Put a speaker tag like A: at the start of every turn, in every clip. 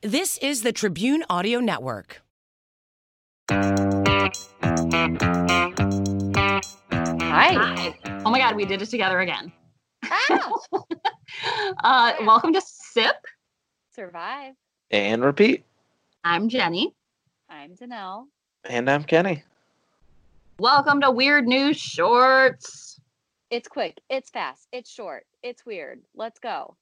A: This is the Tribune Audio Network.
B: Hi. Oh my God, we did it together again. uh, welcome to SIP.
C: Survive.
D: And repeat.
B: I'm Jenny.
C: I'm Danelle.
D: And I'm Kenny.
B: Welcome to Weird News Shorts.
C: It's quick. It's fast. It's short. It's weird. Let's go.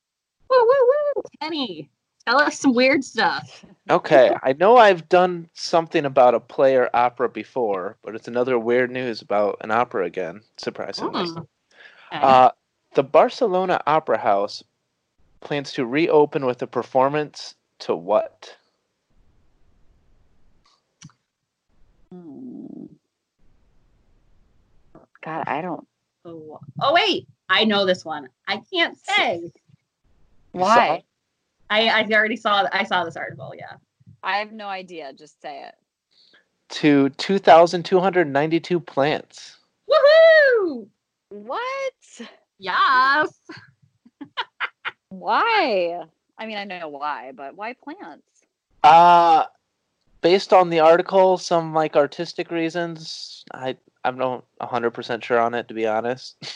B: Woo, woo, woo. Kenny, tell us some weird stuff.
D: Okay, I know I've done something about a player opera before, but it's another weird news about an opera again, surprisingly.
B: Hmm.
D: Uh, the Barcelona Opera House plans to reopen with a performance to what?
C: Hmm. God, I don't.
B: oh, oh, wait. I know this one. I can't say.
C: Why?
B: I, I already saw I saw this article. Yeah.
C: I have no idea. Just say it.
D: To 2,292 plants.
B: Woohoo!
C: What?
B: Yes.
C: Why? I mean, I know why, but why plants?
D: Uh, based on the article, some like artistic reasons. I I'm not 100% sure on it to be honest. it's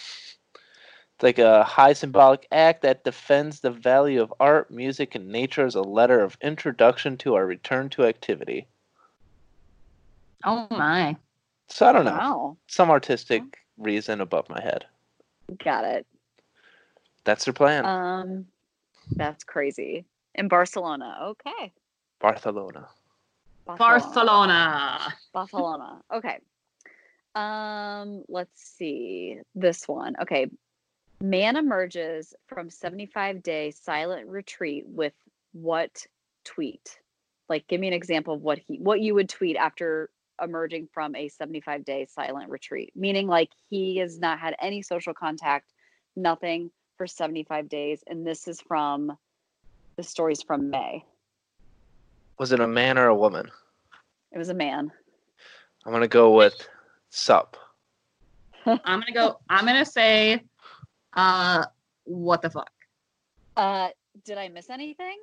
D: like a high symbolic act that defends the value of art, music, and nature as a letter of introduction to our return to activity.
B: Oh my.
D: So I don't know.
C: Wow.
D: Some artistic reason above my head.
C: Got it.
D: That's their plan.
C: Um, that's crazy. In Barcelona. Okay.
D: Barcelona.
B: Barcelona.
C: Barcelona. Okay. Um, let's see this one. Okay. Man emerges from 75 day silent retreat with what tweet? Like give me an example of what he what you would tweet after emerging from a 75 day silent retreat. Meaning like he has not had any social contact, nothing for 75 days and this is from the stories from May.
D: Was it a man or a woman?
C: It was a man.
D: I'm gonna go with sup.
B: I'm gonna go. I'm gonna say, uh, what the fuck?
C: Uh did I miss anything?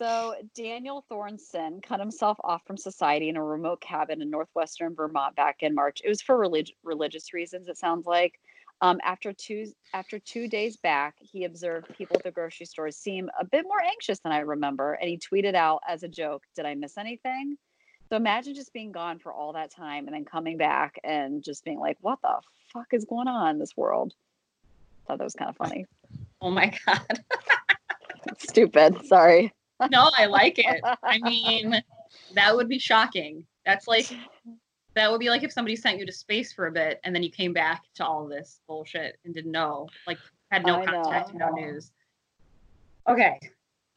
C: So Daniel Thornson cut himself off from society in a remote cabin in northwestern Vermont back in March. It was for relig- religious reasons. It sounds like. Um, after two after two days back, he observed people at the grocery store seem a bit more anxious than I remember, and he tweeted out as a joke, "Did I miss anything?" So imagine just being gone for all that time and then coming back and just being like, "What the fuck is going on in this world?" Thought that was kind of funny.
B: oh my god!
C: Stupid. Sorry.
B: No, I like it. I mean, that would be shocking. That's like that would be like if somebody sent you to space for a bit and then you came back to all this bullshit and didn't know, like, had no
C: I know.
B: contact, no news. Okay,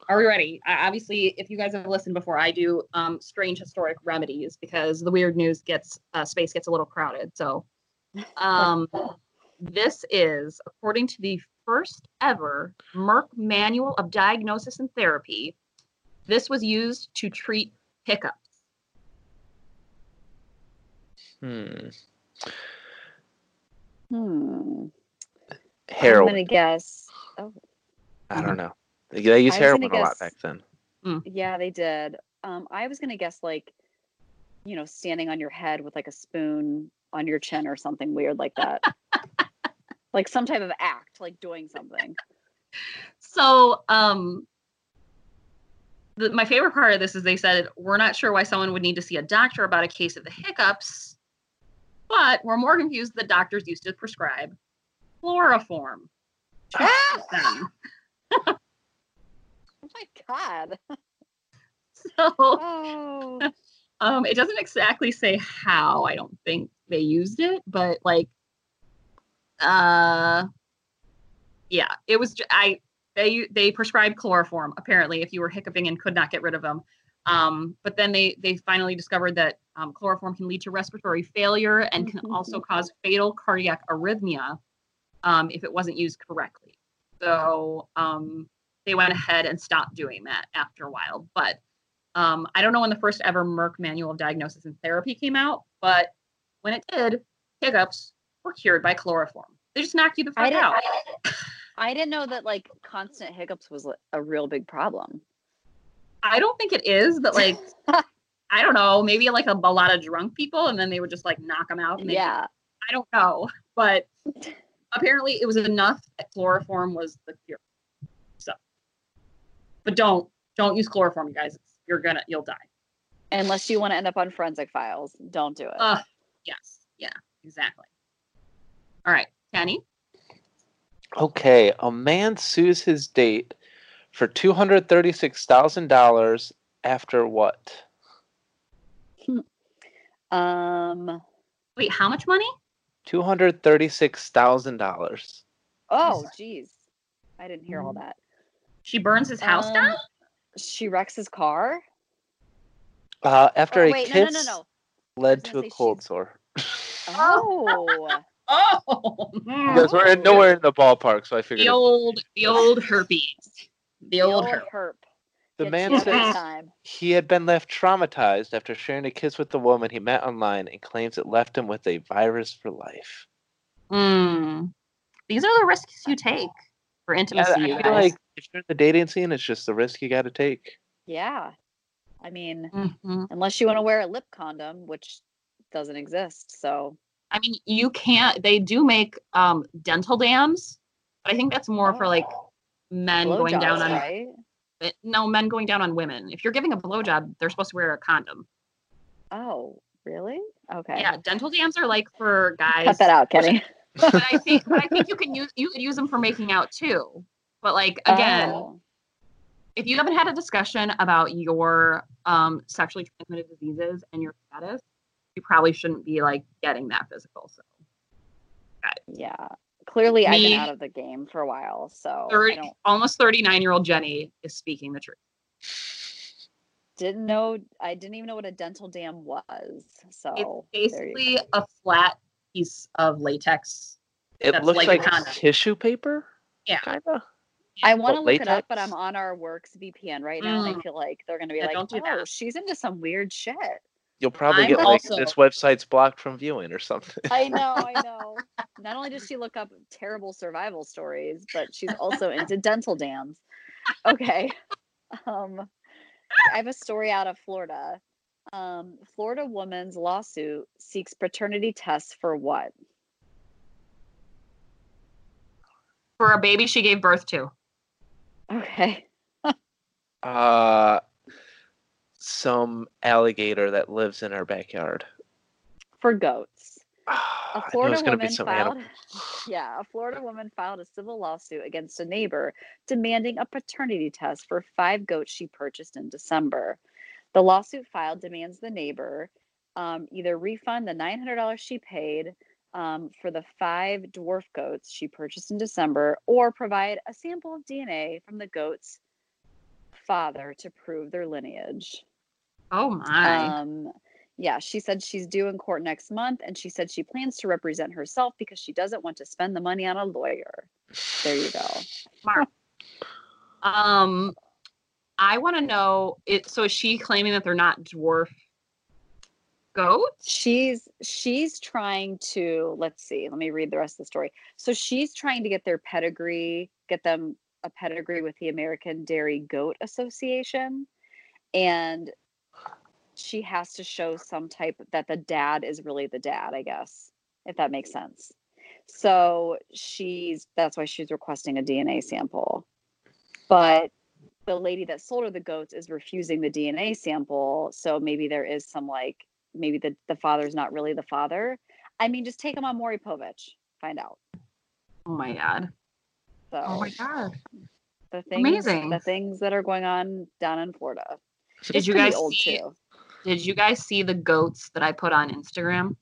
B: are we ready? I, obviously, if you guys have listened before, I do um, strange historic remedies because the weird news gets uh, space gets a little crowded. So, um, this is according to the first ever Merck Manual of Diagnosis and Therapy. This was used to treat hiccups.
D: Hmm.
C: Hmm. I'm
D: Heroin.
C: gonna guess.
D: I don't know. They, they used
C: I was
D: heroin
C: gonna
D: a lot
C: guess-
D: back then.
C: Yeah, they did. Um, I was gonna guess like, you know, standing on your head with like a spoon on your chin or something weird like that. like some type of act, like doing something.
B: So, um, the, my favorite part of this is they said we're not sure why someone would need to see a doctor about a case of the hiccups, but we're more confused that doctors used to prescribe chloroform. to
C: Ah!
B: them.
C: Oh my god.
B: So,
C: Oh.
B: um, it doesn't exactly say how. I don't think they used it, but like, uh, yeah, it was. ju- I they they prescribed chloroform apparently if you were hiccuping and could not get rid of them. Um, but then they they finally discovered that um, chloroform can lead to respiratory failure and can
C: Mhm.
B: also cause fatal cardiac arrhythmia um, if it wasn't used correctly. So um, they went ahead and stopped doing that after a while. But um, I don't know when the first ever Merck Manual of Diagnosis and Therapy came out, but when it did, hiccups were cured by chloroform. They just knock you the
C: I
B: fuck
C: didn't-
B: out.
C: I didn't know that like constant hiccups was like, a real big problem.
B: I don't think it is, but like, I don't know. Maybe like a, a lot of drunk people, and then they would just like knock them out. And they-
C: Yeah.
B: I don't know, but apparently it was enough that chloroform was the cure. So, but don't don't use chloroform, you guys. It's- You're gonna you'll die.
C: Unless you want to end up on forensic files, don't do it.
B: Uh, Yes. Yeah. Exactly. All right, Kenny.
D: Okay, a man sues his date for two hundred thirty-six thousand dollars after what?
C: um.
B: Wait, how much money?
D: Two hundred thirty-six thousand dollars.
C: Oh, geez. I didn't hear all that.
B: She burns his house
C: Um,
B: down.
C: She wrecks his car.
D: Uh, after
B: Oh,
C: Or
D: a
C: Oh, wait,
D: kiss
C: no, no, no, no.
D: led
C: I was
D: to
C: gonna
D: a
C: say
D: cold
C: she's-
D: sore.
C: Oh,
B: Oh,
D: Because we're in, nowhere in the ballpark, so I figured
B: the
D: it-
B: old the old herpes. The
C: the
B: old
C: old
B: herpes.
C: herp.
D: the
C: Gets
D: man
C: you
B: said-
C: every time.
D: He had been left traumatized after sharing a kiss with the woman he met online and claims it left him with a virus for life.
B: Mm. These are the risks you take for intimacy.
D: I
B: you
D: feel
B: guys.
D: like if you're in the dating scene, it's just the risk you got to take.
C: Yeah. I mean,
B: Mhm.
C: unless you want to wear a lip condom, which doesn't exist. So
B: I mean, you can't. They do make um, dental dams, but I think that's more for like men going
C: blowjobs,
B: down on
C: right?
B: but no men going down on women. If you're giving a blowjob, they're supposed to wear a condom.
C: Oh, really? Okay.
B: Yeah, dental dams are like for guys.
C: Cut that out, Kenny.
B: But I think, but I think you can use you could use them for making out too. But like again,
C: Oh.
B: if you haven't had a discussion about your um, sexually transmitted diseases and your status, you probably shouldn't be like getting that physical. So
C: yeah. Clearly, I've
B: Me-
C: been out of the game for a while. So Oh, I
B: Thirty-
C: don't,
B: almost 39 year old Jenny is speaking the truth.
C: didn't know. I didn't even know what a dental dam was. So
B: it's
C: there you go.
B: basically a flat piece of latex.
D: It
B: That's
D: looks
B: like a
D: like
B: condom.
D: tissue paper.
B: Yeah.
D: Kinda.
C: I want to
D: What,
C: look it up, but
D: latex?
C: I'm on our works VPN right now, and I
B: Mm.
C: feel like they're gonna be
B: Yeah,
C: like,
B: don't do
C: "Oh,
B: that."
C: she's into some weird shit."
D: You'll probably
B: I'm
D: get like
B: also-
D: this website's blocked from viewing or something.
C: I know, I know. Not only does she look up terrible survival stories, but she's also into dental dams. Okay. Um, I have a story out of Florida. Um, Florida woman's lawsuit seeks paternity tests for what?
B: For a baby she gave birth to.
C: Okay.
D: Uh, some alligator that lives in our backyard.
C: For goats.
D: I
C: A
D: knew it
C: Florida
D: was gonna be
C: woman
D: some
C: filed.
D: animal.
C: Yeah, a Florida woman filed a civil lawsuit against a neighbor demanding a paternity test for five goats she purchased in December. The lawsuit filed demands the neighbor um, either refund the $900 she paid um, for the five dwarf goats she purchased in December or provide a sample of DNA from the goat's father to prove their lineage.
B: Oh my.
C: Um, yeah, she said she's due in court next month, and she said she plans to represent herself because she doesn't want to spend the money on a lawyer. There you go.
B: Smart. Um I want to know it so is she claiming that they're not dwarf goats?
C: She's she's trying to let's see. Let me read the rest of the story. So she's trying to get their pedigree, get them a pedigree with the American Dairy Goat Association, and she has to show some type that the dad is really the dad. I guess if that makes sense. So she's that's why she's requesting a DNA sample. But the lady that sold her the goats is refusing the DNA sample. So maybe there is some like maybe the, the father's not really the father. I mean, just take him on Maury Povich, find out.
B: Oh my god.
C: So
B: Oh my god.
C: the things
B: amazing.
C: the things that are going on down in Florida.
B: Did
C: It's
B: you
C: pretty
B: guys
C: old
B: see-
C: too?
B: Did you guys see the goats that I put on Instagram?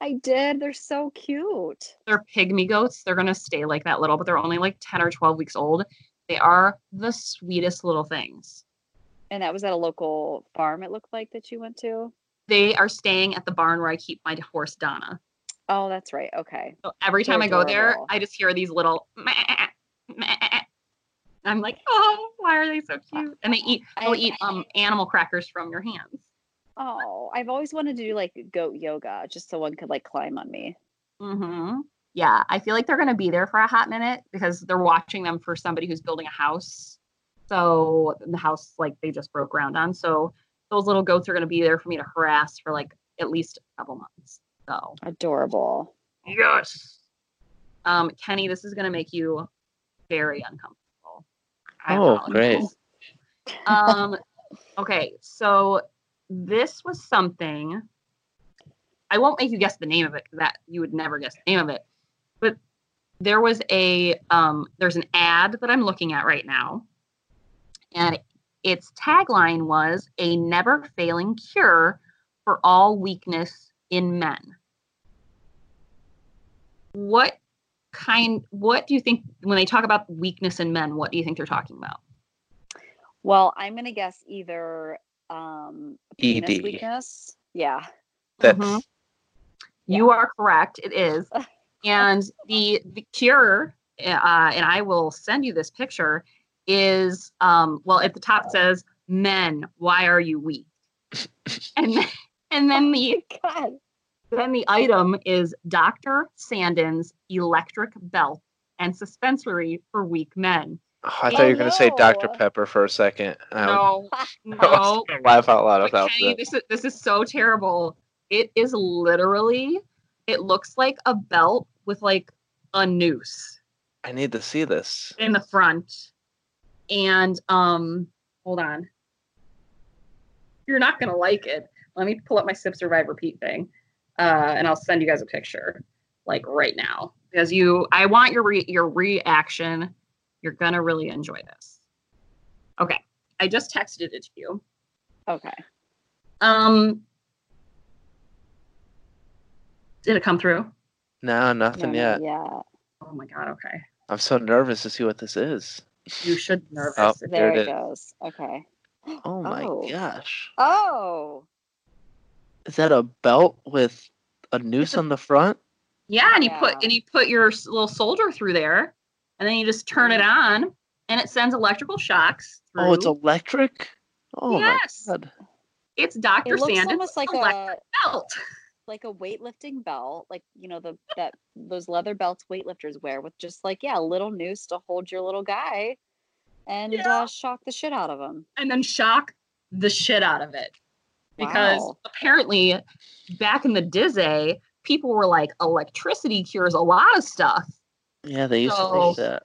C: I did. They're so cute.
B: They're pygmy goats. They're going to stay like that little, but they're only like 10 or 12 weeks old. They are the sweetest little things.
C: And that was at a local farm. It looked like that you went to.
B: They are staying at the barn where I keep my horse Donna.
C: Oh, that's right. Okay.
B: So every time
C: They're
B: I go there,
C: adorable.
B: I just hear these little. meh, meh. I'm like, oh, why are they so cute? And they eat. They'll
C: Uh, I-
B: eat um animal crackers from your hands.
C: Oh, I've always wanted to do like goat yoga, just so one could like climb on me.
B: Mm-hmm. yeah, I feel like they're going to be there for a hot minute because they're watching them for somebody who's building a house. So the house, like, they just broke ground on. So those little goats are going to be there for me to harass for like at least a couple months. So
C: Adorable.
B: yes, um, Kenny, this is going to make you very uncomfortable. I
D: Oh,
B: apologize.
D: great.
B: um, okay, so this was something. I won't make you guess the name of it 'cause that you would never guess the name of it. But there was a um, there's an ad that I'm looking at right now, and its tagline was a never failing cure for all weakness in men. What kind? What do you think when they talk about weakness in men? What do you think they're talking about?
C: Well, I'm gonna guess either um penis
D: ED.
C: weakness. Yeah.
D: E That's
C: Mm-hmm.
B: Mhm. You are correct. It is. And the, the cure, uh, and I will send you this picture, is um, well, at the top it says, Men, why are you weak? and then, and
C: Oh
B: then the
C: God.
B: then the item is Dr. Sandin's electric belt and suspensory for weak men.
D: Oh, I thought you were gonna say Dr
C: no.
D: Pepper for a second. and I was-
B: No,
D: I was
B: no.
D: gonna laugh out loud
B: But
D: about
B: Kenny,
D: that.
B: this is this is so terrible. It is literally, it looks like a belt with like a noose
D: I need to see this.
B: in the front. And um, hold on. You're not gonna like it. Let me pull up my Sip Survivor Pete thing, uh, and I'll send you guys a picture, like right now, because you. I want your re- your reaction. You're gonna really enjoy this. Okay, I just texted it to you.
C: Okay.
B: Um, did it come through?
D: No,
C: No,
D: nothing
C: no,
D: yet.
C: yeah.
B: Oh my god! Okay,
D: I'm so nervous to see what this is.
B: you should be nervous.
D: Oh.
B: It's-
C: There
D: There it
C: it,
D: is.
C: goes. Okay.
D: Oh my
C: Oh.
D: gosh.
C: Oh.
D: Is that a belt with a noose
B: a-
D: on the front?
B: Yeah, and you put
C: Yeah.
B: and you put your s- little soldier through there, and then you just turn it on, and it sends electrical shocks. Through.
D: Oh, it's electric? Oh
B: Yes.
D: my god.
B: It's Doctor
C: It looks
B: Sandin's
C: almost like
B: electric
C: a
B: belt.
C: like a weightlifting belt, like you know the that those leather belts weightlifters wear, with just like yeah, a little noose to hold your little guy, and
B: Yeah.
C: uh, shock the shit out of him.
B: and then shock the shit out of it. Because
C: Wow.
B: apparently, back in the Dizzy, people were like, electricity cures a lot of stuff.
D: Yeah, they used to
B: So-
D: think that.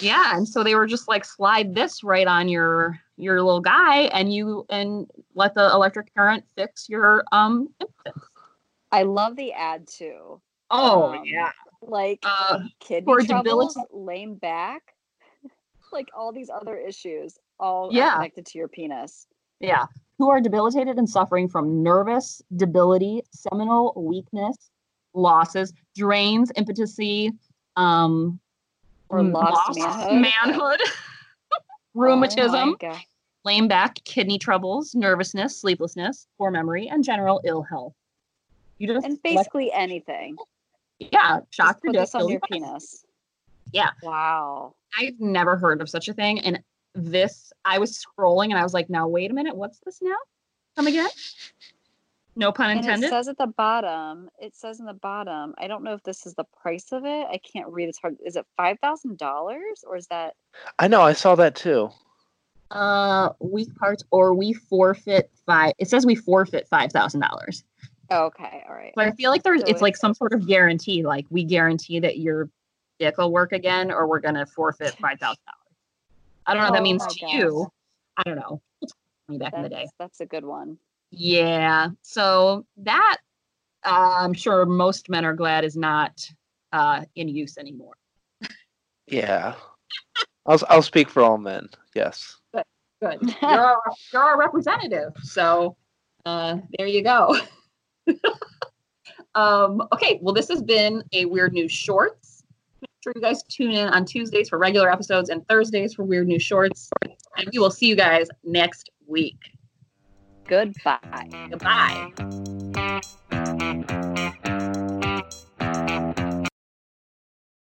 B: yeah and so they were just like slide this right on your your little guy and you and let the electric current fix your um impotence.
C: I love the ad too.
B: oh
C: Um,
B: yeah
C: Like
B: uh
C: kidney
B: for
C: troubles,
B: debilita-
C: lame back, like all these other issues, all are
B: Yeah.
C: connected to your penis.
B: yeah who are debilitated and suffering from nervous debility seminal weakness losses drains impotency um
C: Or
B: m-
C: lost manhood?
B: manhood
C: Oh
B: rheumatism
C: my God.
B: lame back, kidney troubles, nervousness, sleeplessness, poor memory, and general ill health. You just
C: And
B: select-
C: basically anything.
B: yeah, shock
C: Just put
B: your dick.
C: this on
B: you'll
C: your
B: be fine.
C: penis.
B: Yeah.
C: Wow.
B: I've never heard of such a thing, and this I was scrolling and I was like, now wait a minute, what's this now? Come again? No pun
C: And it
B: intended.
C: says at the bottom, it says in the bottom, I don't know if this is the price of it. I can't read. It's hard. Is it $5,000 or is that?
D: I know, I saw that too.
B: uh, weak parts, or we forfeit five. It says we forfeit five thousand dollars.
C: Oh, okay. All right.
B: But I feel like there's
C: So
B: it's
C: it-
B: like some sort of guarantee, like we guarantee that your dick will work again, or we're gonna forfeit five thousand dollars. I don't know what that
C: Oh
B: means
C: my
B: to
C: gosh.
B: you. I don't know. Me back in the day.
C: That's, that's a good one.
B: Yeah. So that uh, I'm sure most men are glad is not uh, in use anymore.
D: Yeah. I'll I'll speak for all men. Yes.
B: Good. You're our, you're our representative. So uh, there you go. um, okay. Well, this has been a Weird News Shorts. Make sure you guys tune in on Tuesdays for regular episodes and Thursdays for Weird News Shorts. And we will see you guys next week.
C: Goodbye.
B: Goodbye.